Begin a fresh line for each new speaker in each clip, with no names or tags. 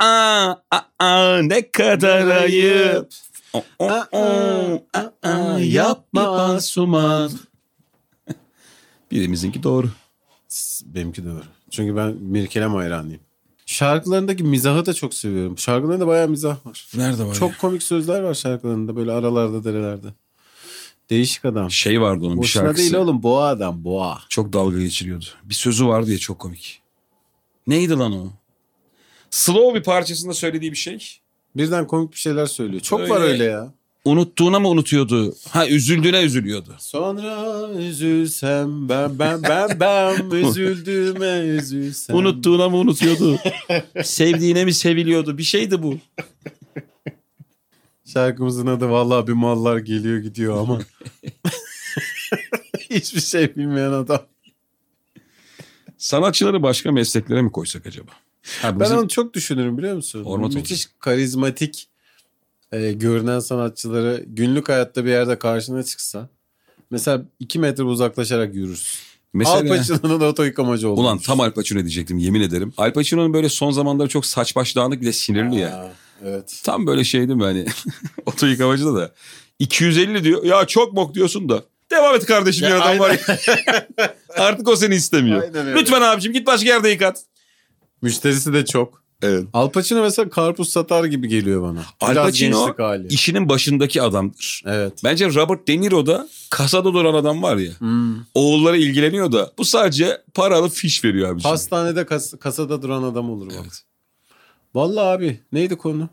aa, aa, ne kadar ayıp. O, o, o, aa, aa, yapma Asuman. Birimizinki doğru.
Benimki de doğru. Çünkü ben Mirkelem hayranıyım. Şarkılarındaki mizahı da çok seviyorum. Şarkılarında bayağı mizah var.
Nerede var?
Çok komik sözler var şarkılarında böyle aralarda derelerde. Değişik adam.
şey vardı onun bir
Boşuna
şarkısı.
değil oğlum boğa adam boğa.
Çok dalga geçiriyordu. Bir sözü vardı ya çok komik. Neydi lan o? Slow bir parçasında söylediği bir şey.
Birden komik bir şeyler söylüyor. Çok var
Öyle.
öyle ya.
Unuttuğuna mı unutuyordu? Ha üzüldüğüne üzülüyordu.
Sonra üzülsem ben ben ben ben üzüldüğüme üzülsem.
Unuttuğuna mı unutuyordu? Sevdiğine mi seviliyordu? Bir şeydi bu.
Şarkımızın adı vallahi bir mallar geliyor gidiyor ama. Hiçbir şey bilmeyen adam.
Sanatçıları başka mesleklere mi koysak acaba? Ha,
Ben
bizim-
onu çok düşünürüm biliyor musun?
Ormat olacak.
Müthiş karizmatik e, görünen sanatçıları günlük hayatta bir yerde karşına çıksa. Mesela iki metre uzaklaşarak yürürsün.
mesela...
Al Pacino'nun oto yıkamacı olmuş.
Ulan tam Al Pacino diyecektim yemin ederim. Al Pacino'nun böyle son zamanları çok saç baş dağınık bir de sinirli ya.
Aa, Evet.
Tam böyle şey değil mi hani oto yıkamacıda da 250 diyor ya çok bok diyorsun da devam et kardeşim
Ya
ya, adam
aynen.
var ya. Artık o seni istemiyor.
Aynen öyle.
Lütfen abicim git başka yerde yıkat.
Müşterisi de çok.
Evet.
Al Pacino mesela karpuz satar gibi geliyor bana.
Al
Biraz
Pacino-
gençlik hali.
İşinin başındaki adamdır.
Evet.
Bence Robert De Niro'da kasada duran adam var ya.
Hmm.
Oğullara ilgileniyor da bu sadece paralı fiş veriyor abicim.
Pastanede kas- kasada duran adam olur bak.
Evet.
Vallahi abi neydi konu?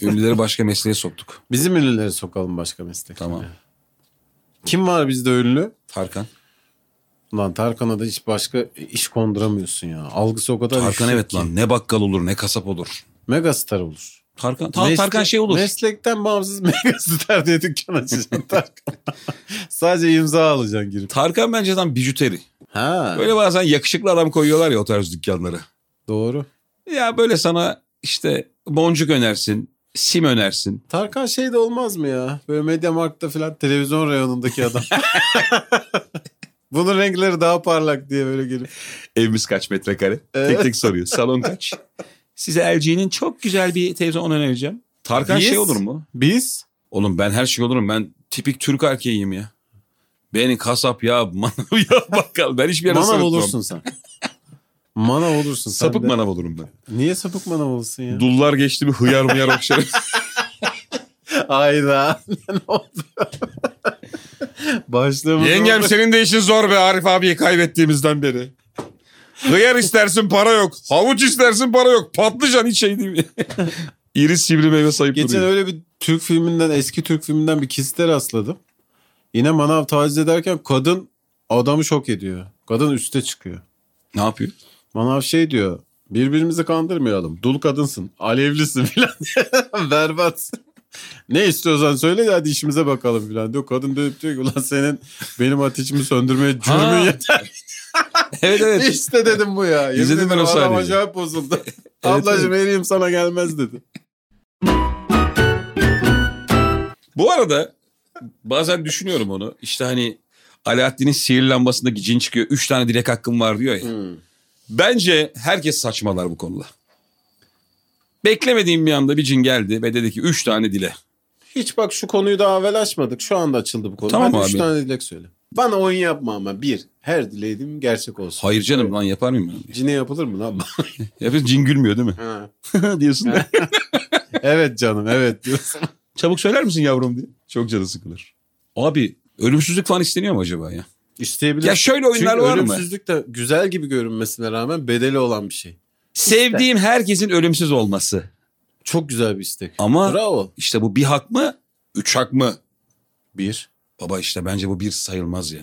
Ünlüleri başka mesleğe soktuk.
Bizim ünlüleri sokalım başka meslek.
Tamam.
Kim var bizde ünlü?
Tarkan.
Lan Tarkan'a da hiç başka iş konduramıyorsun ya. Algısı o kadar
Tarkan
yüksek
evet
şey ki.
lan ne bakkal olur ne kasap olur.
Megastar olur.
Tarkan, Ta-
Mesle-
Tarkan şey olur.
Meslekten bağımsız megastar diye dükkan açacaksın Tarkan. Sadece imza alacaksın girip.
Tarkan bence tam bijuteri.
Ha
Böyle bazen yakışıklı adam koyuyorlar ya o tarz dükkanlara.
doğru.
Ya böyle sana işte boncuk önersin, sim önersin.
Tarkan şey de olmaz mı ya? Böyle Mediamarkt'ta falan televizyon reyonundaki adam. Bunun renkleri daha parlak diye böyle gelip.
Evimiz kaç metrekare? Tek tek soruyor. Salon kaç? Size LG'nin çok güzel bir televizyon önereceğim. Tarkan
Biz-
şey olur mu?
Biz
Oğlum ben her şey olurum. Ben tipik Türk erkeğiyim ya. Beni kasap ya, manav ya, bakkal. Ben hiçbir yere
manav
sırıtmam.
olursun sen. Manav olursun sen
Sapık
de.
manav olurum ben.
Niye sapık manav olsun ya?
Dullar geçti bir hıyar mıyar okşarım.
Ayda. ne oldu? Başlığımız
Yengem şey-
oldu.
senin de işin zor be Arif abiyi kaybettiğimizden beri. Hıyar istersin para yok. Havuç istersin para yok. Patlıcan hiç şey değil mi? İri sivri meyve sayıp
Geçen
duruyor.
öyle bir Türk filminden, eski Türk filminden bir kesite rastladım. Yine manav taciz ederken kadın adamı şok ediyor. Kadın üste çıkıyor.
Ne yapıyor?
Manav şey diyor. Birbirimizi kandırmayalım. Dul kadınsın. Alevlisin filan. Berbat. Ne istiyorsan söyle de hadi işimize bakalım filan diyor. Kadın dönüp diyor ki ulan senin benim ateşimi
Ha.
söndürmeye cürmün yeter.
Evet evet.
İşte dedim bu ya. Yemin
İzledim ben
ederim
o
adam
sahneyi.
acayip bozuldu. Ablacım eriyim sana gelmez dedi.
Bu arada bazen düşünüyorum onu. İşte hani Alaaddin'in sihirli lambasındaki cin çıkıyor. Üç tane dilek hakkım var diyor ya. Bence herkes saçmalar bu konuda. Beklemediğim bir anda bir cin geldi ve dedi ki üç tane dile.
Hiç bak şu konuyu daha evvel açmadık. Şu anda açıldı bu konu.
Tamam
Hadi üç
abi.
tane dilek söyle. Bana oyun yapma ama bir. Her dileğim gerçek olsun.
Hayır canım lan yapar mıyım ben?
Cine yapılır mı lan?
Yapıyorsun cin gülmüyor değil mi?
Ha.
diyorsun da.
evet canım evet diyorsun.
Çabuk söyler misin yavrum diye. Çok canı sıkılır. Abi ölümsüzlük falan isteniyor mu acaba ya?
İsteyebilir.
Ya şöyle
Çünkü
oyunlar var mı?
ölümsüzlük de güzel gibi görünmesine rağmen bedeli olan bir şey.
Sevdiğim herkesin ölümsüz olması.
Çok güzel bir istek.
Ama-
Bravo.
İşte bu bir hak mı? Üç hak mı?
Bir.
Baba işte bence bu bir sayılmaz ya.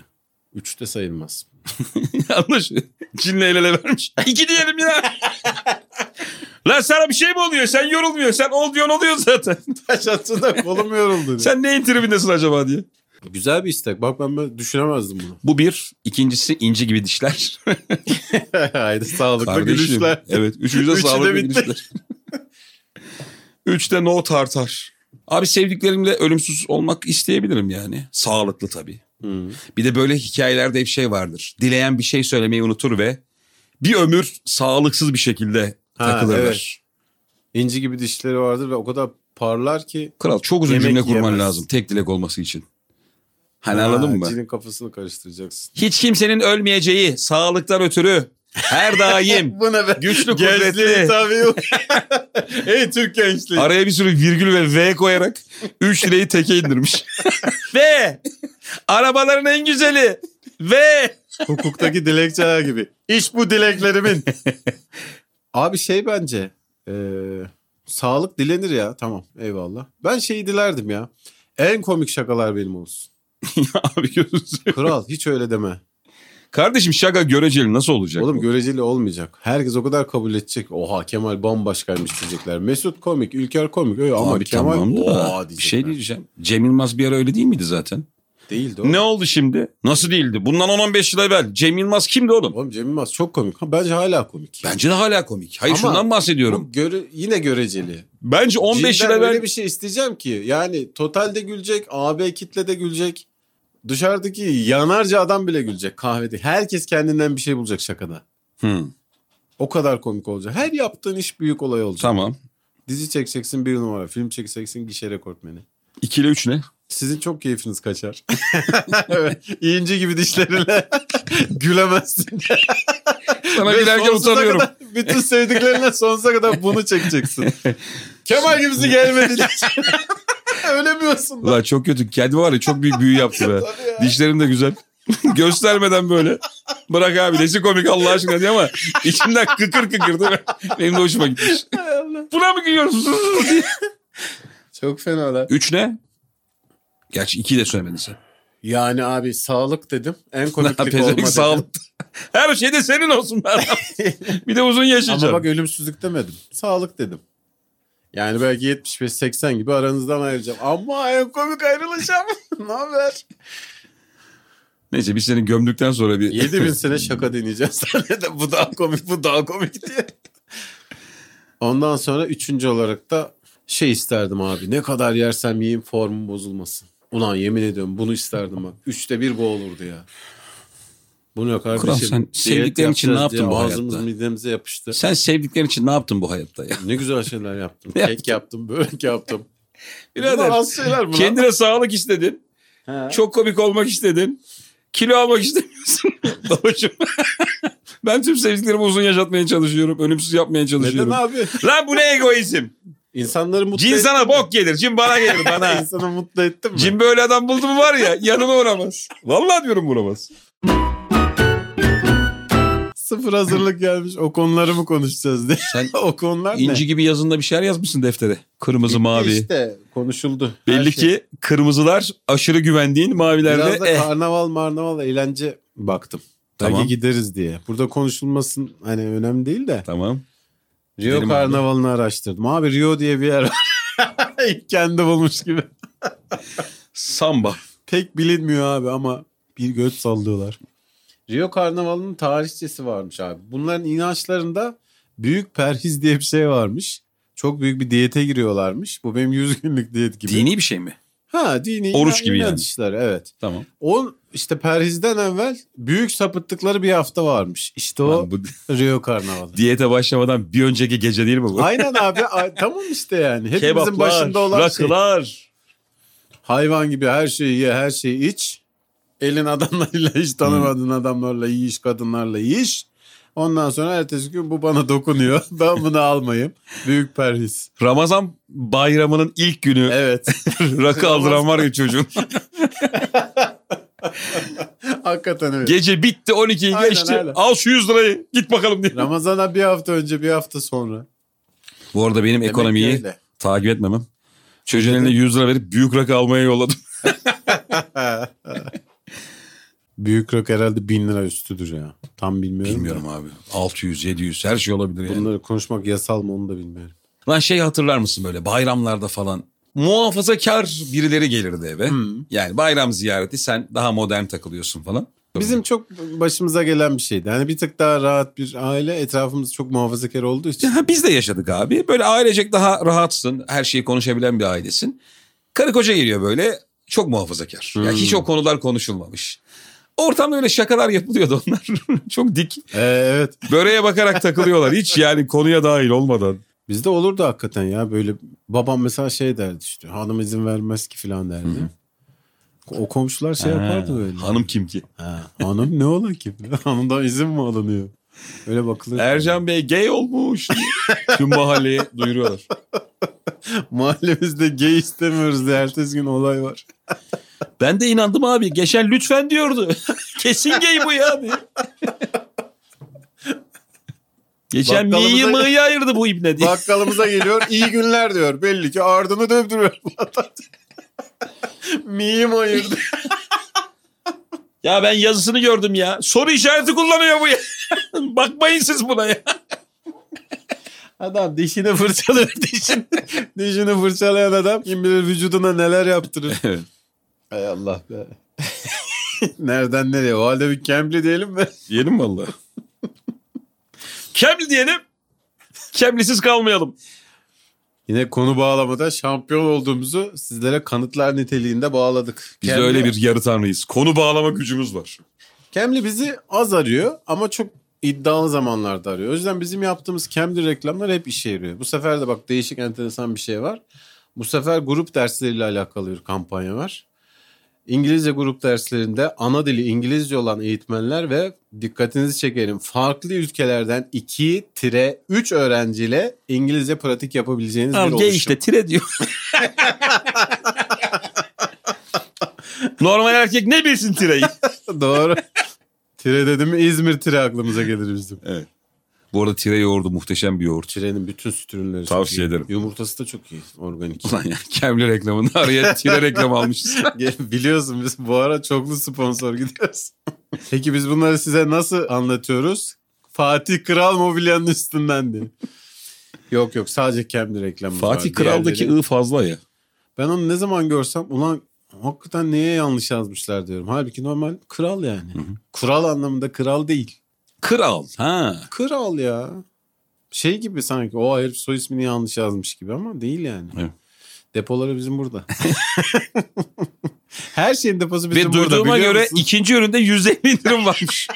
Üç de sayılmaz.
Yanlış. Cinle el ele vermiş. İki diyelim ya. Lan sana bir şey mi oluyor? Sen yorulmuyor. Sen ol diyorsun oluyor zaten.
Taş atsana kolum yoruldu.
Sen neyin tribindesin acaba diye.
Güzel bir istek. Bak ben böyle düşünemezdim bunu.
Bu bir. İkincisi inci gibi dişler.
Haydi sağlıklı
Kardeşim.
gülüşler.
Evet. Üçüncü de
Üçü de
sağlıklı
bitti.
gülüşler. Üçte no tartar. Abi sevdiklerimle ölümsüz olmak isteyebilirim yani. Sağlıklı tabii.
Hı.
Bir de böyle hikayelerde hep şey vardır. Dileyen bir şey söylemeyi unutur ve bir ömür sağlıksız bir şekilde
Ha,
takılırlar.
evet. inci gibi dişleri vardır ve o kadar parlar ki.
Kral çok uzun
Yemek
cümle kurman
yemez.
lazım tek dilek olması için. Hani
Ha,
anladın mı?
Cinin kafasını karıştıracaksın.
Hiç kimsenin ölmeyeceği sağlıktan ötürü her daim
Bu ne be?
güçlü
Gençliği
kuvvetli.
tabii. Ey Türk gençliği.
Araya bir sürü virgül ve V koyarak 3 lirayı teke indirmiş. ve arabaların en güzeli ve
Hukuktaki dilekçeler gibi. İş bu dileklerimin. Abi şey bence e, sağlık dilenir ya tamam eyvallah. Ben şeyi dilerdim ya. En komik şakalar benim olsun.
Abi gözünüzü-
Kral hiç öyle deme.
Kardeşim şaka göreceli nasıl olacak?
Oğlum
Oğlum,
göreceli olmayacak. Herkes o kadar kabul edecek. Oha Kemal bambaşkaymış diyecekler. Mesut komik, Ülker komik. Öyle ama
Abi
Kemal
tamam
oha
da
diyecekler.
bir şey diyeceğim. Cem Yılmaz bir ara öyle değil miydi zaten?
Değil doğru.
Ne oldu şimdi? Nasıl değildi? Bundan 10-15 yıl evvel Cem Yılmaz kimdi oğlum?
Oğlum Cem Yılmaz çok komik. Ha, bence hala komik.
Bence de hala komik. Hayır
Ama-
şundan bahsediyorum.
Oğlum göre, yine göreceli.
Bence 15 yıl
Cidden öyle
evvel
bir şey isteyeceğim ki yani totalde gülecek, AB kitle de gülecek. Dışarıdaki yanarca adam bile gülecek kahvede. Herkes kendinden bir şey bulacak şakada.
Hı,
O kadar komik olacak. Her yaptığın iş büyük olay olacak.
tamam.
Dizi çekeceksin bir numara. Film çekeceksin gişe rekortmeni.
2 ile 3 ne?
Sizin çok keyfiniz kaçar. Evet, İnci gibi dişlerinle gülemezsin.
Sana
Ve
gülerken
sonsuza
utanıyorum.
kadar bütün sevdiklerine sonsuza kadar bunu çekeceksin. Kemal gibisi gelmedi. diyeceksin. Ölemiyorsun. lan.
Ulan çok kötü. Kendi var ya çok büyük büyü yaptı be.
Tabii ya.
Dişlerim de güzel. Göstermeden böyle. Bırak abi nesi komik Allah aşkına diye ama içimden kıkır kıkır değil mi? Benim de hoşuma gitmiş. Buna mı gülüyorsun?
Çok fena lan.
3 ne? Gerçi 2 de söylemedin sen.
Yani abi sağlık dedim. En komiklik olma
Pezevenk
dedim.
sağlık. Her şey de senin olsun be adam. Bir de uzun yaşayacaksın.
Ama bak ölümsüzlük demedim. Sağlık dedim. Yani belki 75-80 gibi aranızdan ayrılacağım. Ama en komik ayrılacağım. ne haber?
Neyse biz seni gömdükten sonra bir...
7000 sene şaka deneyeceğiz. Sahnede bu daha komik, bu daha komik diye. Ondan sonra üçüncü olarak da şey isterdim abi. Ne kadar yersem yiyeyim formum bozulmasın. Ulan yemin ediyorum bunu isterdim bak. Üçte bir bu olurdu ya. Bu ne kardeşim?
Kral sen
Diyet
sevdiklerin için ne
yapacağız diye
yaptın bu
Ağzımız
hayatta?
midemize yapıştı.
Sen sevdiklerin için ne yaptın bu hayatta ya?
Ne güzel şeyler yaptım.
Ne
Kek yaptım, börek yaptım.
Birader,
Bunlar az şeyler bunlar.
Kendine sağlık istedin.
He.
Çok komik olmak istedin. Kilo almak istemiyorsun. Babacım. ben tüm sevdiklerimi uzun yaşatmaya çalışıyorum. Ölümsüz yapmaya
Neden
çalışıyorum.
abi?
Lan bu ne egoizm?
İnsanları mutlu
Cin sana bok gelir. Cin bana gelir bana.
İnsanı mutlu ettim mi?
Cin böyle adam buldu mu var ya yanıma uğramaz. Vallahi diyorum uğramaz.
Sıfır hazırlık gelmiş. O konuları mı konuşacağız diye.
Sen
o konular ne?
İnci gibi yazında bir şeyler yazmışsın deftere. Kırmızı mavi.
İşte konuşuldu. Her
Belli
şey.
ki kırmızılar aşırı güvendiğin
Biraz
mavilerde
da
eh.
karnaval marnaval eğlence baktım.
Tamam.
Belki gideriz diye. Burada konuşulmasın hani önemli değil de.
Tamam.
Rio
Gidelim abi.
karnavalını araştırdım. Abi Rio diye bir yer var. İlk kendi bulmuş gibi.
Samba.
Pek bilinmiyor abi ama bir göz sallıyorlar. Rio Karnavalı'nın tarihçesi varmış abi. Bunların inançlarında büyük perhiz diye bir şey varmış. Çok büyük bir diyete giriyorlarmış. Bu benim 100 günlük diyet gibi.
Dini bir şey mi?
Ha dini
Oruç
inan-
gibi yani.
inançları, evet.
Tamam.
O işte perhizden evvel büyük sapıttıkları bir hafta varmış. İşte o
Lan bu
Rio Karnavalı.
diyete başlamadan bir önceki gece değil mi bu?
Aynen abi ay- tamam işte yani. Hepimizin
Kebaplar,
başında olan şey.
rakılar.
Hayvan gibi her şeyi ye, her şeyi iç. Elin adamlarıyla hiç tanımadığın adamlarla iyi iş, kadınlarla iyi iş. Ondan sonra ertesi gün bu bana dokunuyor. Ben bunu almayayım. Büyük perhis.
Ramazan bayramının ilk günü
Evet.
rakı aldıran var ya çocuğun.
Hakikaten öyle.
Gece bitti 12'yi
Aynen,
geçti.
aynen.
Al şu 100 lirayı git bakalım diye.
Ramazan'a bir hafta önce bir hafta sonra.
Bu arada benim
Demek
ekonomiyi
ki öyle.
takip etmemem. Çocuğun eline 100 lira verip büyük rakı almaya yolladım.
Büyük rak herhalde bin lira üstüdür ya. Tam bilmiyorum. da.
Bilmiyorum abi. 600, 700 her şey olabilir yani.
Bunları konuşmak yasal mı onu da bilmiyorum.
Lan şey hatırlar mısın böyle bayramlarda falan? Muhafazakar birileri gelirdi eve.
Hmm.
Yani bayram ziyareti sen daha modern takılıyorsun falan.
Bizim çok başımıza gelen bir şeydi. Hani bir tık daha rahat bir aile etrafımız çok muhafazakar olduğu için.
Ya biz de yaşadık abi. Böyle ailecek daha rahatsın. Her şeyi konuşabilen bir ailesin. Karı koca geliyor böyle. Çok muhafazakar. Ya hiç o konular konuşulmamış. Ortamda öyle şakalar yapılıyordu onlar. çok dik.
Ee, evet.
Böreğe bakarak takılıyorlar. Hiç yani konuya dahil olmadan.
Bizde olurdu hakikaten ya böyle babam mesela şey derdi işte hanım izin vermez ki falan derdi. O komşular şey yapardı böyle.
Hanım kim ki?
Ha, hanım ne ola ki? Hanımdan izin mi alınıyor? Öyle bakılır.
Ercan Bey gay olmuş. Tüm mahalleye duyuruyorlar.
Mahallemizde gay istemiyoruz diye ertesi gün olay var.
Ben de inandım abi. Geçen lütfen diyordu. Kesin gay bu ya diye. Geçen
Bakkalımıza-
miyi mı'yı ayırdı bu ibne diye.
Bakkalımıza geliyor iyi günler diyor. Belli ki ardını dövdürüyor. Miyim ayırdı.
Ya ben yazısını gördüm ya. Soru işareti kullanıyor bu ya. Bakmayın siz buna ya.
Adam dişini fırçalıyor dişini. dişini fırçalayan adam kim bilir vücuduna neler yaptırır.
Evet.
Hay Allah be. Nereden nereye? O halde bir Cambly diyelim mi?
Diyelim valla. Kemli diyelim. Kemlisiz kalmayalım.
Yine konu bağlamada şampiyon olduğumuzu sizlere kanıtlar niteliğinde bağladık.
Biz
Cambly-
öyle bir yarı tanrıyız. Konu bağlama gücümüz var.
Cambly bizi az arıyor ama çok iddialı zamanlarda arıyor. O yüzden bizim yaptığımız Cambly reklamlar hep işe yarıyor. Bu sefer de bak değişik enteresan bir şey var. Bu sefer grup dersleriyle alakalı bir kampanya var. İngilizce grup derslerinde ana dili İngilizce olan eğitmenler ve dikkatinizi çekerim farklı ülkelerden 2-3 öğrenciyle İngilizce pratik yapabileceğiniz bir
Al
oluşum.
gay işte tire diyor. Normal erkek ne bilsin tireyi?
Doğru. Tire dedim mi İzmir tire aklımıza gelir bizim.
Bu arada tire yoğurdu muhteşem bir yoğurt.
Tirenin bütün süt ürünleri çok
Tavsiye
iyi.
ederim.
Yumurtası da çok iyi. Organik.
Ulan ya Kemli reklamında araya tire reklam almışız.
Biliyorsun biz bu ara çoklu sponsor gidiyoruz. Peki biz bunları size nasıl anlatıyoruz? Fatih Kral mobilyanın üstünden diye. Yok yok sadece kendi reklamımız var.
Fatih Kral'daki
Diğerleri-
ı fazla ya.
Ben onu ne zaman görsem ulan hakikaten neye yanlış yazmışlar diyorum. Halbuki normal kral yani. Kural anlamında kral değil.
Kral. Ha.
Kral ya. Şey gibi sanki o herif soy ismini yanlış yazmış gibi ama değil yani.
Evet.
Depoları bizim burada. Her şeyin deposu bizim
Ve
burada
duyduğuma
biliyor
göre
musun?
ikinci üründe %50 indirim varmış.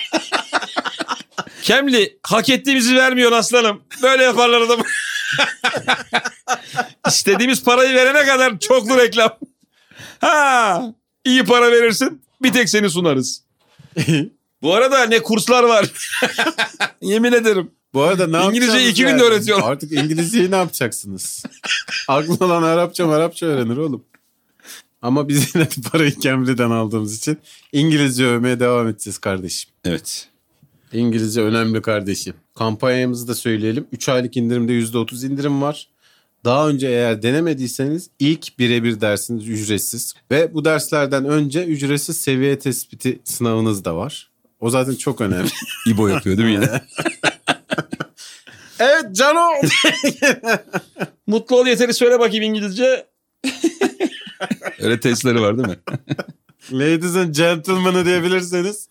Kemli hak ettiğimizi vermiyor aslanım. Böyle yaparlar adamı. İstediğimiz parayı verene kadar çoklu reklam. Ha, iyi para verirsin bir tek seni sunarız. Bu arada ne kurslar var. Yemin ederim.
Bu arada ne
İngilizceyi
yapacaksınız
iki günde öğretiyorlar.
Artık İngilizceyi ne yapacaksınız? Aklına olan Arapça Arapça öğrenir oğlum. Ama biz yine de parayı Cambly'den aldığımız için İngilizce övmeye devam edeceğiz kardeşim.
Evet.
İngilizce önemli kardeşim. Kampanyamızı da söyleyelim. 3 aylık indirimde %30 indirim var. Daha önce eğer denemediyseniz ilk birebir dersiniz ücretsiz. Ve bu derslerden önce ücretsiz seviye tespiti sınavınız da var. O zaten çok önemli.
İbo yapıyor değil mi yine?
evet Cano.
Mutlu ol yeteri söyle bakayım İngilizce. Öyle testleri var değil mi?
Ladies and gentlemen'ı diyebilirseniz.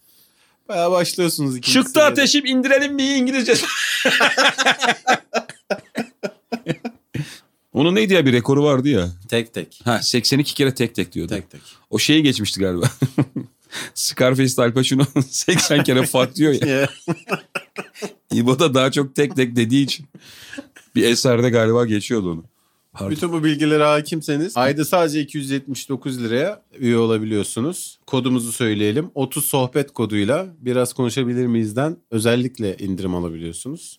Baya başlıyorsunuz. ikinci
Çıktı
seviyede.
ateşim indirelim mi İngilizce? Onun neydi ya bir rekoru vardı ya.
Tek tek.
Ha 82 kere tek tek diyordu.
Tek tek.
O şeyi geçmişti galiba. Scarface'de Al Pacino 80 kere fuck diyor ya.
Yeah.
İbo da daha çok tek tek dediği için. Bir eserde galiba geçiyordu onu. Pardon.
Bütün bu bilgilere hakimseniz ayda sadece 279 liraya üye olabiliyorsunuz. Kodumuzu söyleyelim. 30 sohbet koduyla biraz konuşabilir miyizden özellikle indirim alabiliyorsunuz.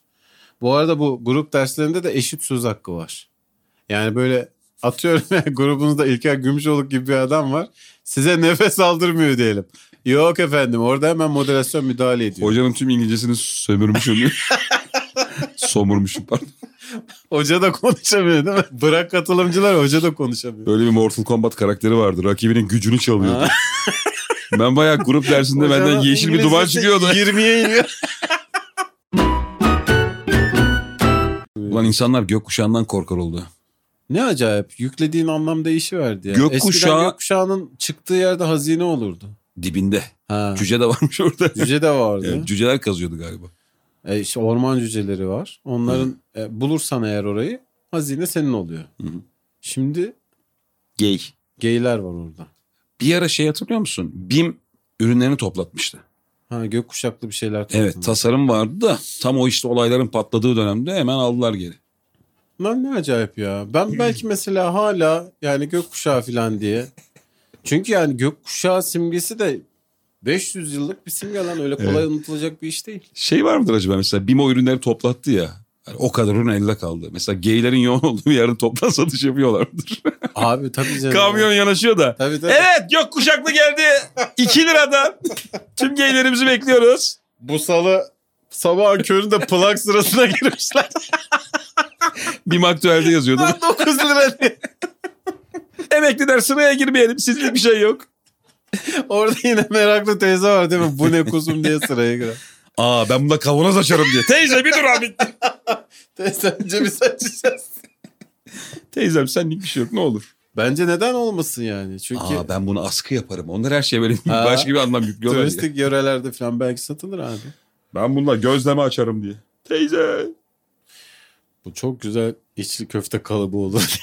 Bu arada bu grup derslerinde de eşit söz hakkı var. Yani böyle atıyorum grubunuzda İlker Gümüşoluk gibi bir adam var. Size nefes aldırmıyor diyelim. Yok efendim orada hemen moderasyon müdahale ediyor.
Hocanın tüm İngilizcesini sömürmüşüm. Somurmuşum pardon.
Hoca da konuşamıyor değil mi? Bırak katılımcılar hoca da konuşamıyor.
Böyle bir Mortal Kombat karakteri vardı. Rakibinin gücünü çalıyordu. ben bayağı grup dersinde benden
Hocanın
yeşil bir duman
İngilizcesi
çıkıyordu.
20'ye iniyor.
Ulan insanlar gökkuşağından korkar oldu.
Ne acayip. Yüklediğin anlam değişiverdi ya.
Gökkuşağı-
Eskiden gökkuşağının çıktığı yerde hazine olurdu.
Dibinde.
Ha.
Cüce de varmış orada.
Cüce de vardı.
Evet, cüceler kazıyordu galiba.
E işte orman cüceleri var. Onların e, bulursan eğer orayı hazine senin oluyor.
Hı hı.
Şimdi
Gay.
geyler var orada.
Bir ara şey hatırlıyor musun? BİM ürünlerini toplatmıştı.
Ha gökkuşaklı bir şeyler.
Evet
toplanıyor.
tasarım vardı da tam o işte olayların patladığı dönemde hemen aldılar geri.
Lan ne acayip ya. Ben belki mesela hala yani gökkuşağı falan diye. Çünkü yani gökkuşağı simgesi de 500 yıllık bir simge lan öyle kolay
Evet.
unutulacak bir iş değil.
Şey var mıdır acaba mesela BİMO ürünleri toplattı ya. Yani o kadar ürün elde kaldı. Mesela geylerin yoğun olduğu bir yerde toptan satış yapıyorlardır.
Abi tabii canım.
Kamyon yanaşıyor da.
Tabii tabii.
Evet gökkuşaklı geldi. 2 liradan. Tüm geylerimizi bekliyoruz.
Bu salı sabah köründe plak sırasına girmişler.
BİM aktüelde yazıyordu.
9 lira diye.
Emekliler sıraya girmeyelim. Sizlik bir şey yok.
Orada yine meraklı teyze var değil mi? Bu ne kuzum diye sıraya girer.
Aa ben bunda kavanoz açarım diye. Teyze bir dur abi.
Teyze önce biz açacağız.
Teyzem senlik bir şey yok ne olur.
Bence neden olmasın yani? Çünkü
Aa ben bunu askı yaparım. Onlar her şeye böyle
Ha.
başka bir anlam yüklüyorlar. ya.
turistik yörelerde falan belki satılır abi.
Ben bununla gözleme açarım diye. Teyze.
Bu çok güzel içli köfte kalıbı olur.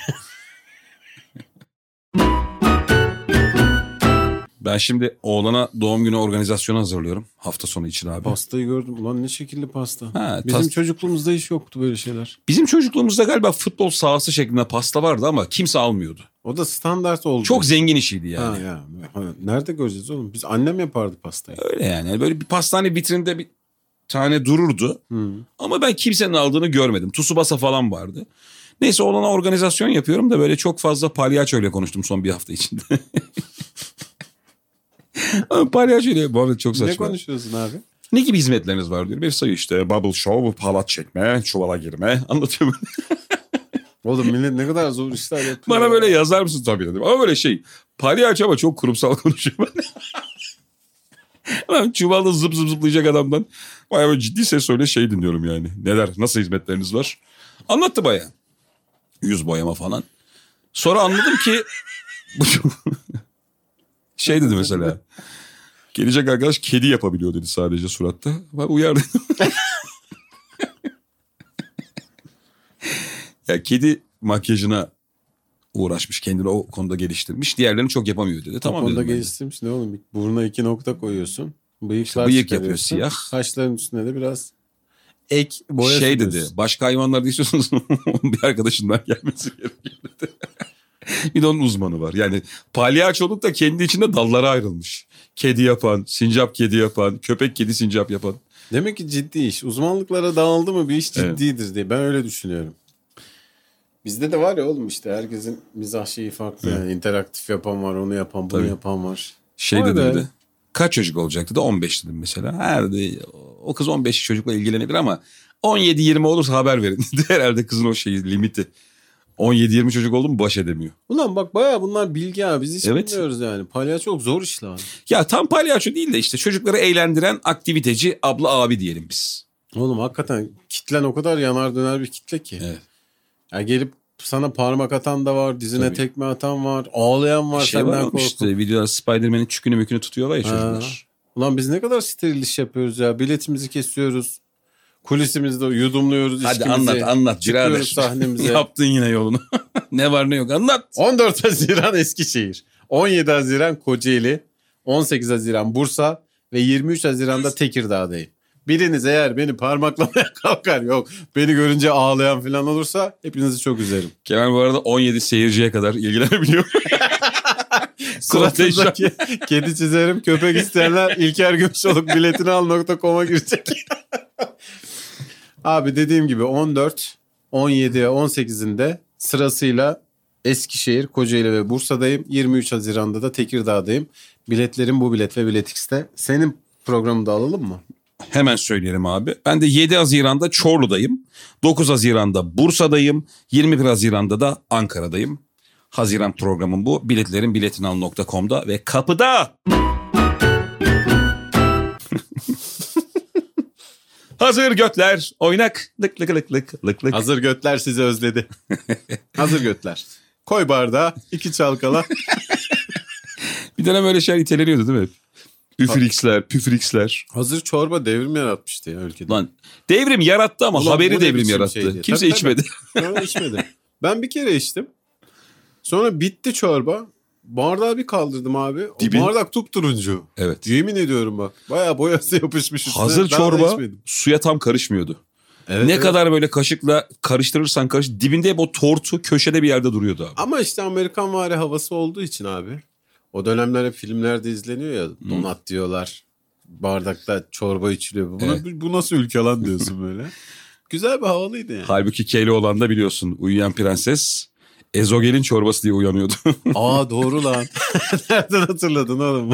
Ben şimdi oğlana doğum günü organizasyonu hazırlıyorum. Hafta sonu için abi.
Pastayı gördüm. Ulan ne şekilli pasta.
Ha,
Bizim
tas-
çocukluğumuzda hiç yoktu böyle şeyler.
Bizim çocukluğumuzda galiba futbol sahası şeklinde pasta vardı ama kimse almıyordu.
O da standart oldu.
Çok zengin işiydi
Ha,
yani.
ya. Ha, Nerede göreceğiz oğlum? Biz annem yapardı pastayı.
Öyle yani. Böyle bir pastane vitrinde bir tane dururdu.
Hı.
Ama ben kimsenin aldığını görmedim. Tsubasa falan vardı. Neyse oğlana organizasyon yapıyorum da böyle çok fazla palyaçoyla konuştum son bir hafta içinde. Ama palyaçoyla bu arada çok
Ne
saçma.
konuşuyorsun abi?
Ne gibi hizmetleriniz var diyor. Bir sayı işte bubble show, palat çekme, çuvala girme anlatıyor. böyle.
Oğlum millet ne kadar zor işler yapıyor.
Bana
ya.
böyle yazar mısın tabii dedim. Ama böyle şey palyaço ama çok kurumsal konuşuyor. Lan çuvalda zıp zıp zıplayacak adamdan. Bayağı böyle ciddi ses öyle şey dinliyorum yani. Neler, nasıl hizmetleriniz var? Anlattı bayağı. Yüz boyama falan. Sonra anladım ki... bu çok- şey dedi mesela. Gelecek arkadaş kedi yapabiliyor dedi sadece suratta. Ben uyardım. ya kedi makyajına uğraşmış. Kendini o konuda geliştirmiş. Diğerlerini çok yapamıyor dedi. Tamam
Onda
dedim ben de.
geliştirmiş ne oğlum? Buruna iki nokta koyuyorsun. Bıyıklar
İşte bıyık
çıkarıyorsun.
yapıyor siyah.
Kaşların üstüne de biraz ek boya
şey dedi.
sürüyorsun.
Başka hayvanlar da istiyorsanız bir arkadaşından gelmesi gerekiyor dedi. bir de onun uzmanı var. Yani palyaçoluk da kendi içinde dallara ayrılmış. Kedi yapan, sincap kedi yapan, köpek kedi sincap yapan.
Demek ki ciddi iş. Uzmanlıklara dağıldı mı bir iş
Evet.
ciddidir diye. Ben öyle düşünüyorum. Bizde de var ya oğlum işte herkesin mizah şeyi farklı. Yani interaktif yapan var, onu yapan, bunu
Tabii.
yapan var.
Şey
Vay
dedi
be.
bir de, Kaç çocuk olacaktı da 15 dedim mesela. Her de, o kız 15 çocukla ilgilenebilir ama 17-20 olursa haber verin. dedi. Herhalde kızın o şeyi limiti. 17-20 çocuk oldu mu baş edemiyor.
Ulan bak baya bunlar bilgi abi. Biz hiç
Evet.
bilmiyoruz yani. Palyaço çok zor iş lan.
Ya tam palyaço değil de işte çocukları eğlendiren aktiviteci abla abi diyelim biz.
Oğlum hakikaten kitlen o kadar yanar döner bir kitle ki.
Evet.
Ya gelip sana parmak atan da var, dizine
Tabii.
tekme atan var, ağlayan var
şey var
senden
oğlum
korkup.
işte videolar Spider-Man'in çükünü mükünü tutuyorlar ya
Ha.
çocuklar.
Ulan biz ne kadar steril iş yapıyoruz ya. Biletimizi kesiyoruz. Kulisimizde yudumluyoruz
Hadi
içkimizi.
anlat anlat
Çıkıyoruz
birader.
sahnemize.
Yaptın yine yolunu. ne var ne yok anlat.
14 Haziran Eskişehir, 17 Haziran Kocaeli, 18 Haziran Bursa ve 23 Haziran'da Tekirdağ'dayım. Biriniz eğer beni parmaklamaya kalkar yok beni görünce ağlayan falan olursa hepinizi çok üzerim.
Kemal bu arada 17 seyirciye kadar ilgilenebiliyor.
Suratımdaki kedi çizerim köpek isteyenler İlker Gümüşoluk biletini al nokta.com'a girecek. Abi dediğim gibi 14, 17 ve 18'inde sırasıyla Eskişehir, Kocaeli ve Bursa'dayım. 23 Haziran'da da Tekirdağ'dayım. Biletlerim bu bilet ve biletix'te. Senin programı da alalım mı?
Hemen söyleyelim abi. Ben de 7 Haziran'da Çorlu'dayım. 9 Haziran'da Bursa'dayım. 21 Haziran'da da Ankara'dayım. Haziran programım bu. Biletlerin biletinal.com'da ve kapıda. Hazır götler oynak. Lık lık lık lık lık lık.
Hazır götler sizi özledi. Hazır götler. Koy bardağı, iki çalkala.
Bir dönem öyle şeyler iteleniyordu değil mi? hep? Üfriksler, püfriksler.
Hazır çorba devrim yaratmıştı ya ülkede.
Lan devrim yarattı ama
Ulan bu
haberi
ne
devrim
biçim
yarattı.
şey diye.
Kimse
Tabii, tabii.
içmedi.
Sonra içmedim. Ben bir kere içtim. Sonra bitti çorba. Bardağı bir kaldırdım abi. O
Dibi.
bardak turuncu.
Evet.
Yemin ediyorum bak. Bayağı boyası yapışmış üstüne.
Hazır
Daha da
çorba
içmedim.
suya tam karışmıyordu.
Evet,
ne
evet.
kadar böyle kaşıkla karıştırırsan karıştır. Dibinde hep o tortu köşede bir yerde duruyordu abi.
Ama işte Amerikan vari havası olduğu için abi. O dönemler hep filmlerde izleniyor ya. Donat diyorlar. Bardakta çorba içiliyor. Buna,
Evet.
Bu nasıl ülke lan diyorsun böyle. Güzel bir havalıydı yani.
Halbuki keli olan da biliyorsun uyuyan prenses ezogelin çorbası diye uyanıyordu.
Aa doğru lan. Nereden hatırladın oğlum?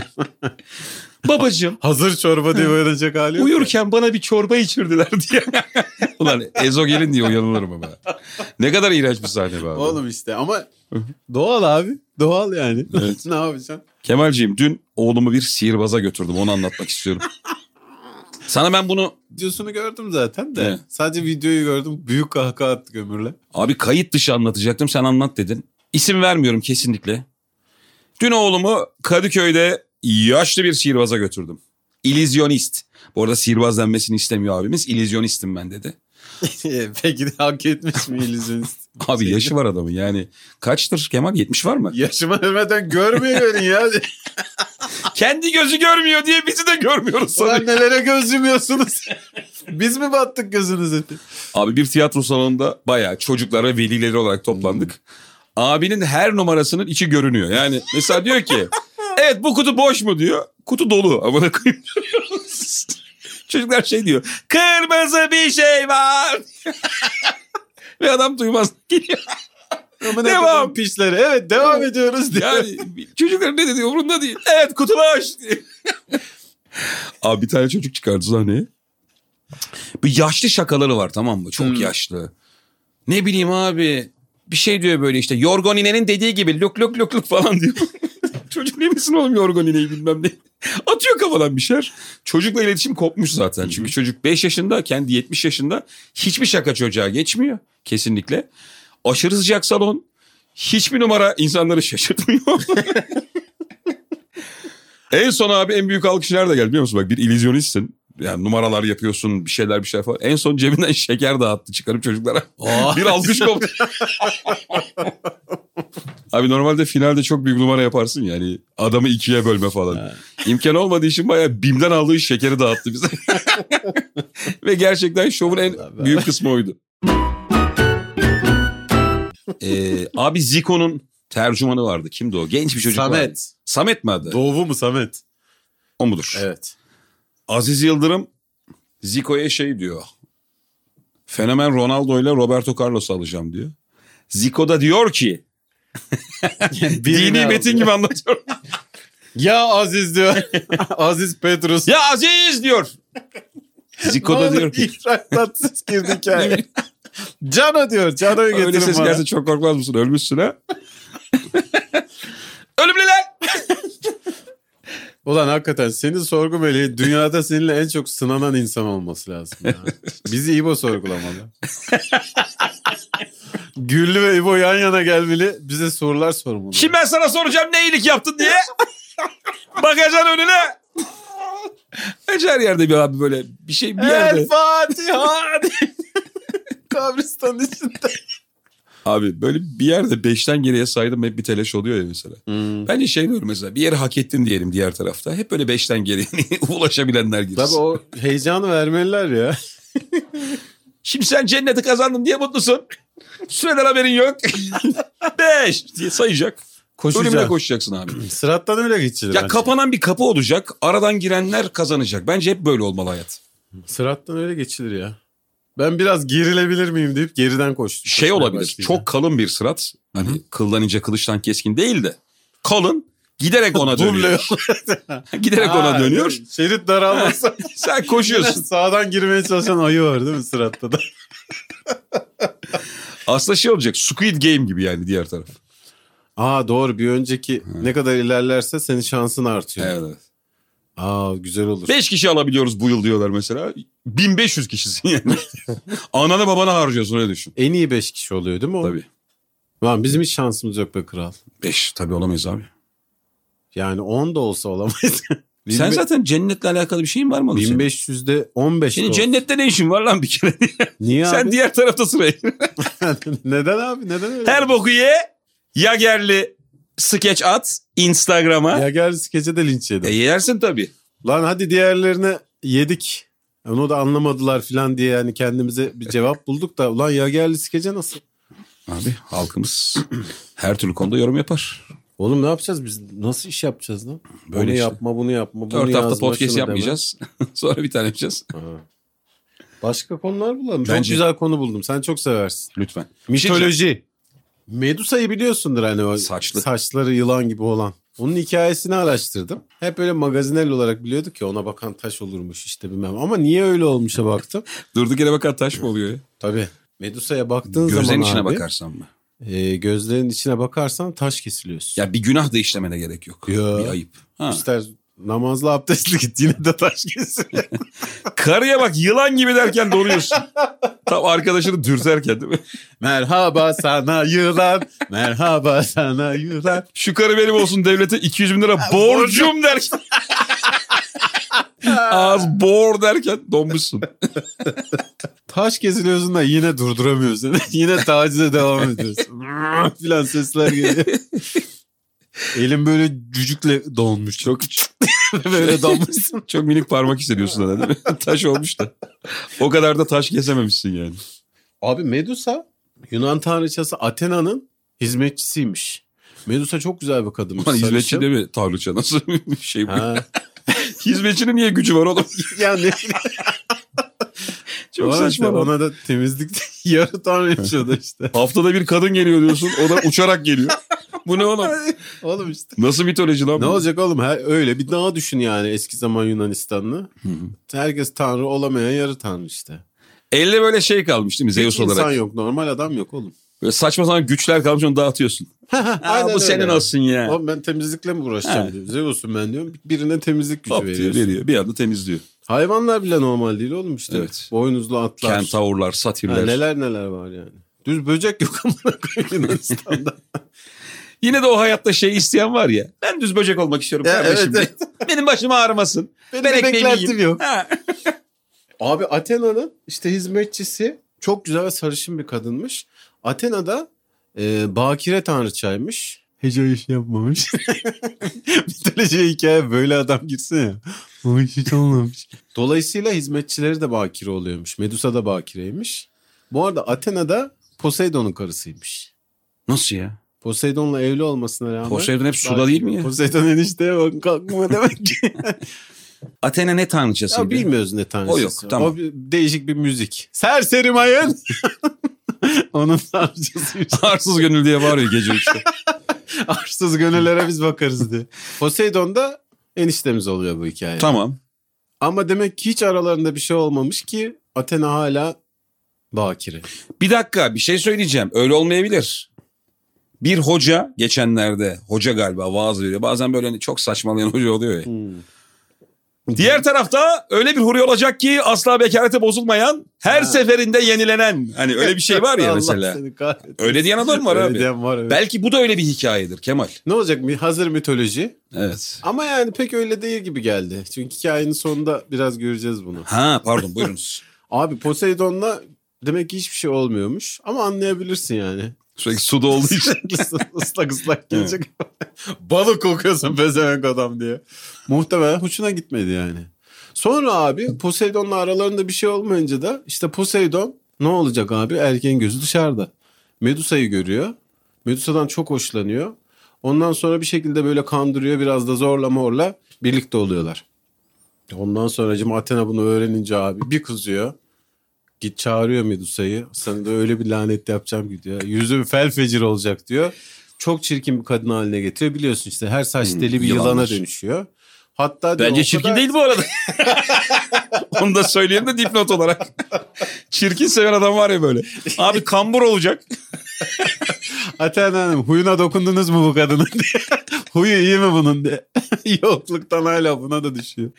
Babacığım
Hazır çorba diye uyanacak hali yok.
uyurken bana bir çorba içirdiler diye. Ulan ezogelin diye uyanılırım ama. Ne kadar iğrenç bir sahne be abi.
Oğlum işte ama doğal abi. Doğal yani.
Evet.
ne yapacaksın?
Kemalciğim dün oğlumu bir sirbaza götürdüm onu anlatmak istiyorum. Sana ben bunu
Videosunu gördüm zaten de.
Ne?
Sadece videoyu gördüm. Büyük kahkaha attı gömürle.
Abi kayıt dışı anlatacaktım sen anlat dedin. İsim vermiyorum kesinlikle. Dün oğlumu Kadıköy'de yaşlı bir sirbaza götürdüm. İllüzyonist. Bu arada sihirbaz denmesini istemiyor abimiz. İllüzyonistim ben dedi.
E, Peki de hak etmiş mi illüzyonist?
Abi yaşı var adamın yani. Kaçtır Kemal 70 var mı?
Yaşıma ölmeden görmüyor beni ya.
Kendi gözü görmüyor diye bizi de görmüyoruz sanıyor.
Ulan nelere göz yumuyorsunuz? Biz mi battık gözünüze?
Abi bir tiyatro salonunda bayağı çocuklara velileri olarak toplandık. Abinin her numarasının içi görünüyor. Yani mesela diyor ki evet bu kutu boş mu diyor. Kutu dolu. Amına koyayım diyoruz. Çocuklar şey diyor. Kırmızı bir şey var. Ve adam duymaz geliyor.
Aman
Devam.
Allah'ım Pişleri. Evet devam ediyoruz diye.
Yani çocuklar ne dedi umurunda değil. Evet kutu boş. diye. Abi bir tane çocuk çıkardı sahneye. Bir yaşlı şakaları var tamam mı? Çok
Hmm.
yaşlı. Ne bileyim abi. Bir şey diyor böyle işte. Yorgon İne'nin dediği gibi lük lük lük lük falan diyor. Çocuk ne bilsin oğlum Yorgon İne'yi bilmem ne. Atıyor kafadan bir şeyler. Çocukla iletişim kopmuş zaten. Çünkü çocuk 5 yaşında kendi 70 yaşında hiçbir şaka çocuğa geçmiyor. Kesinlikle. Aşırı sıcak salon. Hiçbir numara insanları şaşırtmıyor. en son abi en büyük alkış nerede geldi biliyor musun? Bak bir illüzyonistsin. Yani numaralar yapıyorsun bir şeyler bir şeyler falan. En son cebinden şeker dağıttı çıkarıp çocuklara.
Aa.
bir alkış koptu. abi normalde finalde çok büyük numara yaparsın yani. Adamı ikiye bölme falan. İmkan olmadığı için bayağı BİM'den aldığı şekeri dağıttı bize. Ve gerçekten şovun en
Allah be.
büyük kısmı oydu. Ee, abi Zico'nun tercümanı vardı. Kimdi o? Genç bir çocuk vardı.
Samet.
Samet mi adı?
Doğu mu Samet?
o mudur?
Evet.
Aziz Yıldırım Zico'ya şey diyor. Fenomen Ronaldo ile Roberto Carlos alacağım diyor. Zico da diyor ki dini metin gibi anlatıyorum.
Ya Aziz diyor. Aziz Petrus.
ya Aziz diyor. Zico da diyor ki
İfraktatsız girdi hikaye. Cano diyor. Cano'yu getirin
öyle ses
bana.
gelse çok korkmaz mısın? Ölmüşsün ha. Ölümlüler.
Ulan hakikaten senin sorgu meleği dünyada seninle en çok sınanan insan olması lazım. ya. Bizi İbo sorgulamalı. Güllü ve İbo yan yana gelmeli. Bize sorular sormalı.
Şimdi ben sana soracağım ne iyilik yaptın diye. Bakacaksın önüne. Bence her yerde bir abi böyle bir şey bir yerde.
El Fatiha. Kabristan içinde.
Abi böyle bir yerde beşten geriye saydım hep bir telaş oluyor ya mesela. Bence şey diyorum mesela bir yere hak ettin diyelim diğer tarafta. Hep böyle beşten geriye ulaşabilenler girsin.
Tabii o heyecanı vermeliler ya.
Şimdi sen cenneti kazandın diye mutlusun. Süreden haberin yok. Beş diye sayacak. Ölümüne
Koşacak.
koşacaksın abi.
Sırattan öyle geçilir.
ya
bence.
kapanan bir kapı olacak. Aradan girenler kazanacak. Bence hep böyle olmalı hayat.
Sırattan öyle geçilir ya. Ben biraz gerilebilir miyim deyip geriden koştum.
Şey
Koşmaya
olabilir.
başlayacağım.
Çok kalın bir sırat. Hani kıldan ince kılıçtan keskin değil de. Kalın. Giderek ona
Duble
dönüyor. Giderek
Ha,
ona dönüyor.
Şerit daralmasa
Sen koşuyorsun.
sağdan girmeye çalışan ayı var değil mi sıratta da?
Aslında şey olacak Squid Game gibi yani diğer taraf.
Aa doğru bir önceki ne kadar ilerlerse senin şansın artıyor.
Evet.
Aa güzel olur.
5 kişi alabiliyoruz bu yıl diyorlar mesela. 1500 kişisin yani. Ananı babanı harcıyorsun öyle düşün.
En iyi 5 kişi oluyor değil mi o?
Tabii.
Lan bizim hiç şansımız yok be kral.
5 tabii olamayız abi.
Yani 10 da olsa olamayız. Bin
Sen
be-
zaten cennetle alakalı bir şeyin var mı? oğlum senin?
1500'de 15
Senin
de olsa.
cennette ne işin var lan bir kere?
Niye
Sen
abi?
diğer tarafta sıraya.
neden abi neden öyle?
Her boku ye. Ya gerli skeç at Instagram'a.
Ya gel skece de linç yedim.
E yersin tabii.
Lan hadi diğerlerine yedik. Onu da anlamadılar filan diye yani kendimize bir cevap bulduk da ulan Yagerli skece nasıl?
Abi halkımız her türlü konuda yorum yapar.
Oğlum ne yapacağız biz? Nasıl iş yapacağız lan?
Böyle
Böyle
işte.
yapma bunu yapma bunu
Dört
yazma.
hafta
şunu
podcast
deme.
yapmayacağız. Sonra bir tane yapacağız.
Ha. Başka konular bulalım. Çok
Bence- şey
güzel konu buldum. Sen çok seversin.
Lütfen.
Mitoloji. Medusa'yı biliyorsundur hani o
Saçlı.
saçları yılan gibi olan. Onun hikayesini araştırdım. Hep böyle magazinel olarak biliyorduk ya ona bakan taş olurmuş işte bilmem. Ama niye öyle olmuşa baktım.
Durduk yere bakar taş mı oluyor ya?
Tabii. Medusa'ya baktığın
Gözlerin
zaman
içine
abi,
bakarsan mı?
e, gözlerin içine bakarsan taş kesiliyorsun.
Ya bir günah da işlemene gerek yok.
Yo.
Bir ayıp. Ha.
İster namazla abdestli git yine de taş kesiliyor.
Karıya bak yılan gibi derken donuyorsun. Tam arkadaşını dürterken değil mi?
merhaba sana yılan. Merhaba sana yılan.
Şu karı benim olsun devlete 200 bin lira borcum derken. Ağız bor derken donmuşsun.
Taş kesiliyorsun da yine durduramıyorsun. yine tacize devam ediyorsun. Filan sesler geliyor. Elim böyle cücükle donmuş. Çok böyle donmuşsun.
Çok minik parmak hissediyorsun da değil mi? Taş olmuş da. O kadar da taş kesememişsin yani.
Abi Medusa Yunan tanrıçası Athena'nın hizmetçisiymiş. Medusa çok güzel bir kadın.
Ulan hizmetçi de mi tanrıça nasıl bir şey bu?
Ha.
Hizmetçinin niye gücü var oğlum?
ya ne
Çok
Ona da-
saçma. lan.
ona da temizlik yarı tanrıçı o da işte.
Haftada bir kadın geliyor diyorsun. O da uçarak geliyor. Bu ne oğlum?
oğlum işte.
Nasıl mitoloji lan?
Ne
bu?
olacak oğlum? Her, öyle bir daha düşün yani eski zaman Yunanistanlı.
Hı hı.
Herkes tanrı olamayan yarı tanrı işte.
Elle böyle şey kalmış değil mi? Zeus
Hiç insan
olarak.
yok, normal adam yok oğlum.
Böyle saçma sapan güçler kalmış onu dağıtıyorsun. Aa, bu
Aynen
senin
öyle.
olsun ya.
Oğlum ben temizlikle mi
Ha.
uğraşacağım diyor. Zeus'um ben diyorum. Birine temizlik gücü
Hop diye
veriyorsun.
veriyor. Bir anda temizliyor.
Hayvanlar bile normal değil oğlum işte.
Evet.
Boynuzlu atlar.
Kentavurlar,
Ha,
satirler.
neler neler var yani. Düz böcek yok amına koyayım Yunanistan'da.
Yine de o hayatta şey isteyen var ya. Ben düz böcek olmak istiyorum
Ya,
kardeşim.
evet,
Benim başım ağrımasın.
Benim
Ben
bir
ekmeğimi
beklentim
yiyeyim.
yok.
Ha.
Abi Athena'nın işte hizmetçisi çok güzel ve sarışın bir kadınmış. Athena'da e, bakire tanrıçaymış. Hece iş yapmamış. Mitolojiye hikaye böyle adam girsin ya. O iş hiç olmamış. Dolayısıyla hizmetçileri de bakire oluyormuş. Medusa da bakireymiş. Bu arada Athena'da Poseidon'un karısıymış.
Nasıl ya?
Poseidon'la evli olmasına rağmen...
Poseidon hep suda değil mi ya?
Poseidon enişteye bak kalkma demek ki.
Athena ne tanrıçasıydı?
Ya bilmiyoruz ne tanesi.
O yok, tamam.
bir- değişik bir müzik. Serseri mayın. Onun tanrıcısıymış.
Arsız gönül diye bağırıyor gece üçte.
Arsız gönüllere biz bakarız diye. Poseidon da eniştemiz oluyor bu hikaye.
tamam.
Ama demek ki hiç aralarında bir şey olmamış ki Athena hala bakire.
Bir dakika bir şey söyleyeceğim. Öyle olmayabilir. Bir hoca geçenlerde hoca galiba vaaz veriyor. Bazen böyle hani çok saçmalayan hoca oluyor ya. Diğer tarafta öyle bir huri olacak ki asla bekarete bozulmayan, her
Ha.
seferinde yenilenen. Hani öyle bir şey var ya
Allah
mesela.
seni kahretsin.
Öyle diyen adam var
Öyle
abi.
diyen var, evet.
Belki bu da öyle bir hikayedir Kemal.
Ne olacak mi? Hazır mitoloji.
Evet.
Ama yani pek öyle değil gibi geldi. Çünkü hikayenin sonunda biraz göreceğiz bunu.
Ha pardon buyurunuz.
Abi Poseidon'la demek ki hiçbir şey olmuyormuş. Ama anlayabilirsin yani.
Sürekli suda olduğu için.
Islak ıslak gelecek. Balık kokuyorsun bezemek adam diye. Muhtemelen hoşuna gitmedi yani. Sonra abi Poseidon'la aralarında bir şey olmayınca da işte Poseidon ne olacak abi erkeğin gözü dışarıda. Medusa'yı görüyor. Medusa'dan çok hoşlanıyor. Ondan sonra bir şekilde böyle kandırıyor biraz da zorla morla birlikte oluyorlar. Ondan sonra Athena bunu öğrenince abi bir kızıyor. Git çağırıyor Medusa'yı. Sana da öyle bir lanet yapacağım ki diyor. Yüzün fel fecir olacak diyor. Çok çirkin bir kadın haline getiriyor. Biliyorsun işte her saç
Hmm,
deli bir yılana
yılanlar.
dönüşüyor. Hatta diyor, o
Bence
kadar-
çirkin değil bu arada. Onu da söyleyeyim de dipnot olarak. çirkin seven adam var ya böyle. Abi kambur olacak.
Athena Hanım huyuna dokundunuz mu bu kadının diye. Huyu iyi mi bunun diye. Yokluktan hala buna da düşüyor.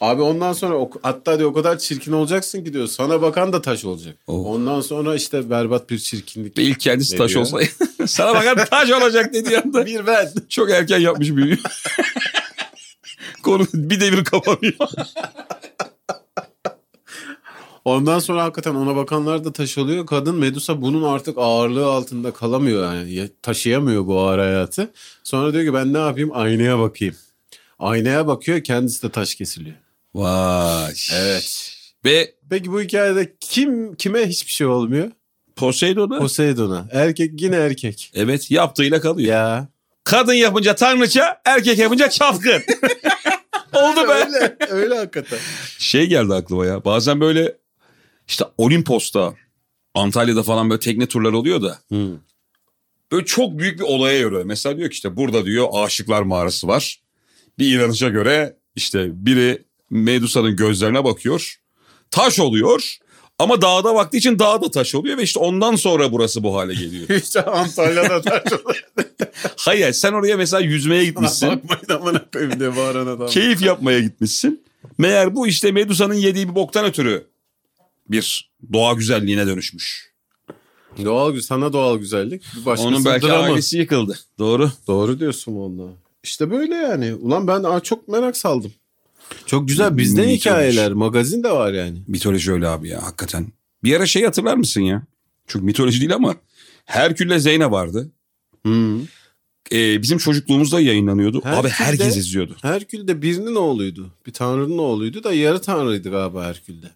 Abi ondan sonra o- hatta diyor o kadar çirkin olacaksın ki diyor sana bakan da taş olacak.
Oh.
Ondan sonra işte berbat bir çirkinlik.
İlk kendisi
Ne
taş
diyor?
olsaydı. Sana bakan taş olacak dediği anda.
bir ben.
Çok erken yapmış büyüğü. Konu bir devir kapanıyor.
Ondan sonra hakikaten ona bakanlar da taş oluyor. Kadın Medusa bunun artık ağırlığı altında kalamıyor yani Ya- taşıyamıyor bu ağır hayatı. Sonra diyor ki ben ne yapayım aynaya bakayım. Aynaya bakıyor kendisi de taş kesiliyor.
Vay.
Evet.
Ve
Peki bu hikayede kim kime hiçbir şey olmuyor?
Poseidon'a
Poseidon'a. Erkek yine erkek.
evet yaptığıyla kalıyor.
Ya.
Kadın yapınca tanrıça, erkek yapınca çapkın. Oldu be.
öyle, öyle hakikaten.
Şey geldi aklıma ya. Bazen böyle işte Olimpos'ta, Antalya'da falan böyle tekne turları oluyor da. Böyle çok büyük bir olaya yoruyor. Mesela diyor ki işte burada diyor aşıklar mağarası var. Bir inanışa göre işte biri Medusa'nın gözlerine bakıyor. Taş oluyor. Ama dağda baktığı için dağda taş oluyor ve işte ondan sonra burası bu hale geliyor.
İşte Antalya'da tartışılır.
Hayır sen oraya mesela yüzmeye gitmişsin.
Bakmayın amına koyayım diye bağıran adam.
keyif yapmaya gitmişsin. Meğer bu işte Medusa'nın yediği bir boktan ötürü bir doğa güzelliğine dönüşmüş.
Doğal gü- sana doğal güzellik. bir başkasının
Onun belki
dramı.
ailesi yıkıldı. Doğru.
Doğru diyorsun valla. İşte böyle yani. Ulan ben aa, çok merak saldım. Çok güzel bizde
Minik
hikayeler. Magazin de var yani.
Mitoloji öyle abi ya hakikaten. Bir ara şey hatırlar mısın ya? Çünkü mitoloji değil ama Herkül'le Zeyne vardı.
Hı.
Ee, bizim çocukluğumuzda yayınlanıyordu. abi
Herkül'de-
herkes izliyordu.
Herkül de birinin oğluydu. Bir tanrının oğluydu da yarı tanrıydı galiba Herkül'de.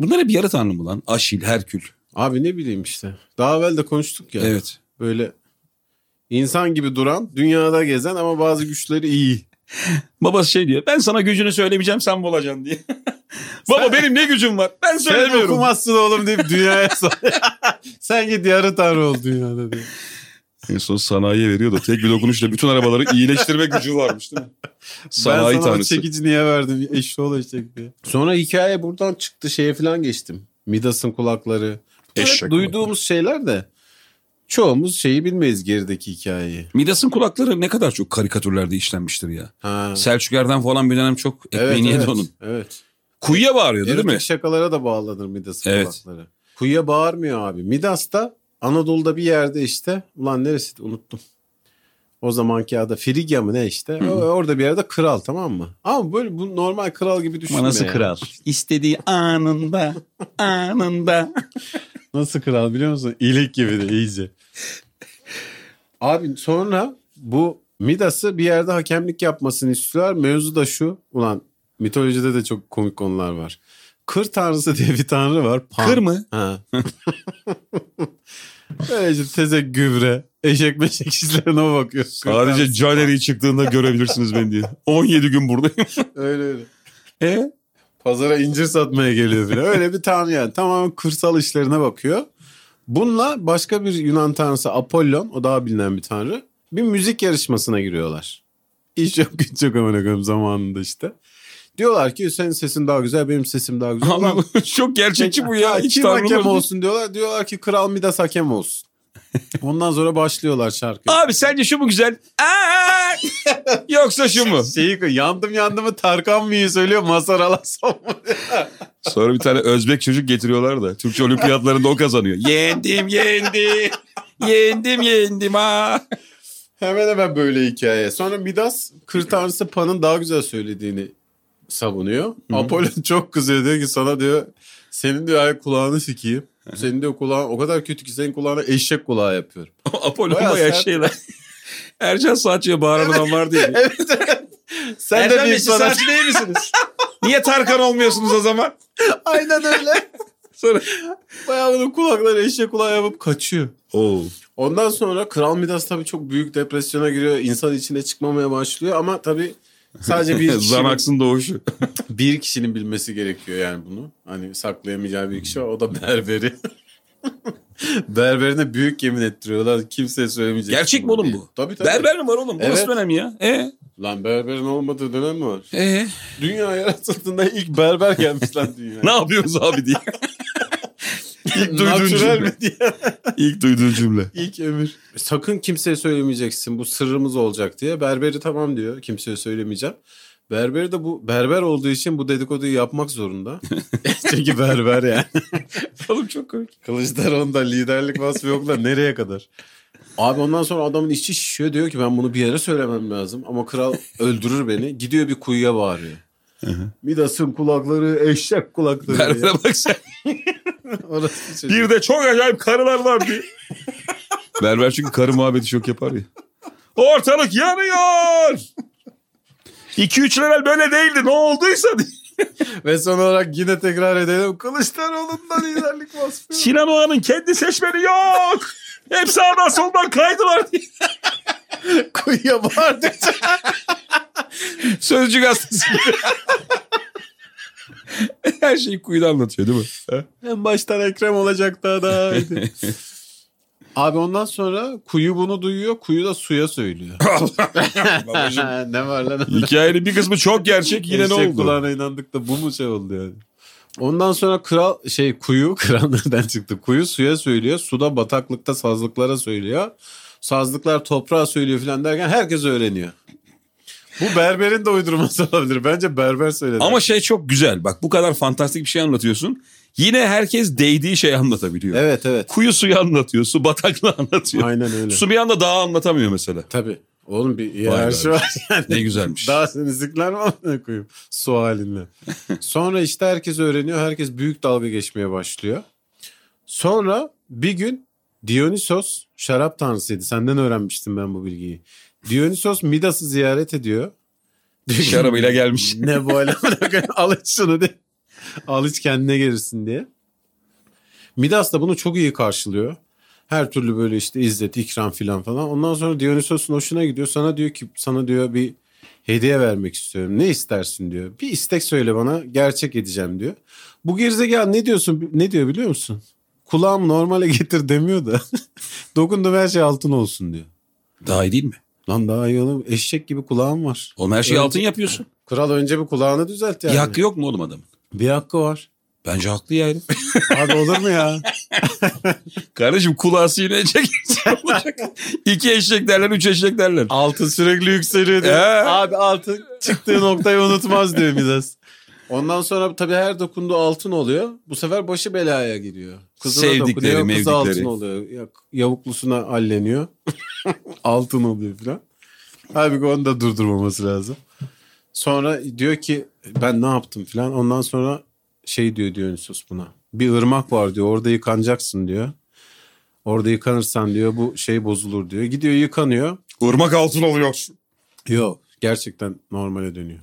Bunlara bir yarı tanrı mı lan? Aşil, Herkül.
Abi ne bileyim işte. Daha evvel de konuştuk ya.
Evet.
Böyle insan gibi duran, dünyada gezen ama bazı güçleri iyi.
Babası şey diyor. Ben sana gücünü söylemeyeceğim sen bulacaksın diye. Baba benim ne gücüm var? Ben
Sen
söylemiyorum.
okumazsın oğlum deyip dünyaya sor- Sen git yarı tanrı ol dünyada diye.
En son sanayiye veriyor da tek bir dokunuşla bütün arabaları iyileştirme gücü varmış değil mi? Sanayi
ben sana
tanrısı.
o çekici niye verdim? Eşi olacak diye. Sonra hikaye buradan çıktı şeye falan geçtim. Midas'ın kulakları. Bunlar hep
Eşek
duyduğumuz şeyler de çoğumuz şeyi bilmeyiz gerideki hikayeyi.
Midas'ın kulakları ne kadar çok karikatürlerde işlenmiştir ya.
Ha.
Selçuk Erdem falan bir dönem çok ekmeğini yedi onun.
Evet.
Kuyuya bağırıyordu
Erotik
değil mi?
şakalara da bağlanır Midas'ın
Evet.
kulakları. Kuyuya bağırmıyor abi. Midas'ta Anadolu'da bir yerde işte. Ulan neresi unuttum. O zamanki adı Frigya mı ne işte. O- Orada bir yerde kral tamam mı? Ama böyle bu normal kral gibi düşünme ya.
İstediği anında, anında.
Nasıl kral biliyor musun? İlik gibi de iyice. Abi sonra bu Midas'ı bir yerde hakemlik yapmasını istiyorlar. Mevzu da şu. Ulan mitolojide de çok komik konular var. Kır tanrısı diye bir tanrı var. Pan.
Kır mı?
Ha. Böylece teze gübre. Eşek meşek işlerine o bakıyor. Kır
Sadece
tanrısı.
Caneri'yi çıktığında görebilirsiniz beni diye. 17 gün buradayım.
Öyle öyle.
e?
Pazara incir satmaya geliyor bile. Öyle bir tanrı yani. Tamamen kırsal işlerine bakıyor. Bununla başka bir Yunan tanrısı Apollon o daha bilinen bir tanrı. Bir müzik yarışmasına giriyorlar. İş yok güç yok amına koyayım zamanında işte. Diyorlar ki senin sesin daha güzel benim sesim daha güzel. Ulan,
Abi, çok gerçekçi bu
ha,
ya. Hiç
kim
tanrı
hakem
olur mu?
olsun diyorlar. Diyorlar ki kral Midas hakem olsun. Ondan sonra başlıyorlar şarkıya.
Abi sence şu mu güzel? Aa! Yoksa şu mu?
Şeyi yandım yandımı Tarkan mıyı söylüyor Mazhar Alasan
Sonra bir tane Özbek çocuk getiriyorlar da Türkçe olimpiyatlarında o kazanıyor. Yendim yendim. Yendim yendim ha.
Hemen hemen böyle hikaye. Sonra Midas kır tanrısı Pan'ın daha güzel söylediğini savunuyor. Apollon çok kızıyor diyor ki sana diyor senin diyor ay kulağını sikeyim. Senin diyor kulağın o kadar kötü ki senin kulağına eşek kulağı yapıyorum.
Apollo
Bayağı
bayağı
sert.
şeyler. Ercan Saatçı'ya bağıran adam vardı ya.
Sen de bir insana...
değil misiniz? Niye Tarkan olmuyorsunuz o zaman?
Aynen öyle.
Sonra...
Bayağı bunun kulakları eşek kulağı yapıp kaçıyor.
Oo.
Ondan sonra Kral Midas tabii çok büyük depresyona giriyor. İnsan içine çıkmamaya başlıyor ama tabii sadece bir kişinin,
Zanax'ın doğuşu.
bir kişinin bilmesi gerekiyor yani bunu. Hani saklayamayacağı bir kişi var. O da berberi. Berberine büyük yemin ettiriyorlar. Kimseye söylemeyecek.
Gerçek mi oğlum bu?
Tabii tabii.
Berber mi var oğlum? Burası
Evet.
önemli ya. E,
Lan berberin olmadığı dönem mi var?
e,
Dünya yaratıldığında ilk berber gelmiş lan dünyaya.
ne yapıyoruz abi diye. İlk duyduğun
Natural
cümle.
mi diye.
İlk duyduğun cümle.
İlk ömür. Sakın kimseye söylemeyeceksin bu sırrımız olacak diye. Berberi tamam diyor kimseye söylemeyeceğim. Berberi de bu berber olduğu için bu dedikoduyu yapmak zorunda. Çünkü berber yani.
Oğlum çok komik.
Kılıçdaroğlu'nda liderlik vasfı yok da nereye kadar? Abi ondan sonra adamın içi şişiyor diyor ki ben bunu bir yere söylemem lazım ama kral öldürür beni. Gidiyor bir kuyuya bağırıyor. Midas'ın kulakları eşek kulakları. diye.
Berbere bak sen.
Orası bir şey.
Bir de çok acayip karılar var diye. Berber çünkü karı muhabbeti çok yapar ya. Ortalık yanıyor. 2-3 level böyle değildi ne olduysa diye.
Ve son olarak yine tekrar edelim. Kılıçdaroğlu'ndan liderlik vasfı.
Sinan Oğan'ın kendi seçmeni yok. Hep sağdan soldan kaydılar diye.
Kuyuya bağırdıkça.
Sözcü gazetesi. Her şeyi kuyuda anlatıyor değil mi?
En baştan Ekrem olacaktı adaydı. Abi ondan sonra kuyu bunu duyuyor. Kuyu da suya söylüyor.
Babacığım,
ne var lan?
Hikayenin bir kısmı çok gerçek yine ne
Eşek
oldu?
kulağına inandık da bu mu şey oldu yani? Ondan sonra kral şey kuyu kral nereden çıktı? Kuyu suya söylüyor. Suda bataklıkta sazlıklara söylüyor. Sazlıklar toprağa söylüyor falan derken herkes öğreniyor. Bu berberin de uydurması olabilir. Bence berber söyledi.
Ama şey çok güzel. Bak bu kadar fantastik bir şey anlatıyorsun. Yine herkes değdiği şeyi anlatabiliyor.
evet evet.
Kuyu suyu anlatıyor. Su bataklığı anlatıyor.
Aynen öyle.
Su bir anda dağı anlatamıyor mesela.
Tabii. Oğlum bir
Vay
hiyerarşi
be.
var yani.
Ne güzelmiş.
Daha senizlikler mi amına koyayım? Su halinde. Sonra işte herkes öğreniyor. Herkes büyük dalga geçmeye başlıyor. Sonra bir gün Dionysos şarap tanrısıydı. Senden öğrenmiştim ben bu bilgiyi. Dionysos Midas'ı ziyaret ediyor. Diyor ki,
Şarabıyla gelmiş.
ne bu hale amına koyayım? Al iç şunu de. Al iç kendine gelirsin diye. Midas da bunu çok iyi karşılıyor. Her türlü böyle işte izzet, ikram filan falan. Ondan sonra Dionysos'un hoşuna gidiyor. Sana diyor ki sana diyor bir hediye vermek istiyorum. Ne istersin diyor. Bir istek söyle bana gerçek edeceğim diyor. Bu gerizekalı ne diyorsun ne diyor biliyor musun? Kulağım normale getir demiyor da dokundum her şey altın olsun diyor.
Daha iyi değil mi?
Lan daha iyi oğlum eşek gibi kulağım var.
Oğlum her şeyi
Önce-
altın yapıyorsun.
Kral önce bir kulağını düzelt yani.
Bir hakkı yok mu oğlum adamın?
Bir hakkı var.
Bence haklı yani.
Abi olur mu ya?
Kardeşim kulağısı yine çekecek olacak. İki eşek derler, üç eşek derler.
Altın sürekli yükseliyor diyor.
Ee?
Abi altın çıktığı noktayı unutmaz diyor Midas. Ondan sonra tabii her dokunduğu altın oluyor. Bu sefer başı belaya giriyor. Kızına
Sevdikleri,
dokunuyor, kızı
mevdikleri.
altın oluyor. Ya- Yavuklusuna alleniyor. altın oluyor falan. Halbuki onu da durdurmaması lazım. Sonra diyor ki ben ne yaptım falan. Ondan sonra şey diyor Dionysos buna. Bir ırmak var diyor orada yıkanacaksın diyor. Orada yıkanırsan diyor bu şey bozulur diyor. Gidiyor yıkanıyor.
Irmak altın oluyor.
Yok. Gerçekten normale dönüyor.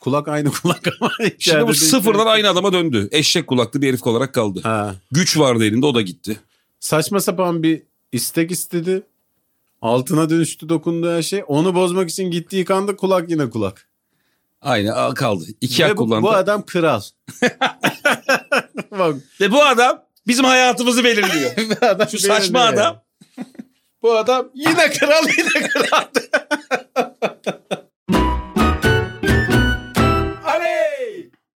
Kulak aynı kulak ama.
Şimdi
içeride
bu
değil.
sıfırdan aynı adama döndü. Eşek kulaklı bir herif olarak kaldı.
Ha.
Güç vardı elinde o da gitti.
Saçma sapan bir istek istedi. Altına dönüştü dokundu her şey. Onu bozmak için gitti yıkandı kulak yine kulak.
Aynı aa, kaldı. İki
Ve
hak
bu,
kullandı.
bu adam kral. Bak
Ve bu adam bizim hayatımızı belirliyor.
bu adam
Şu saçma
beğeniyor.
adam.
Bu adam yine kral yine kral.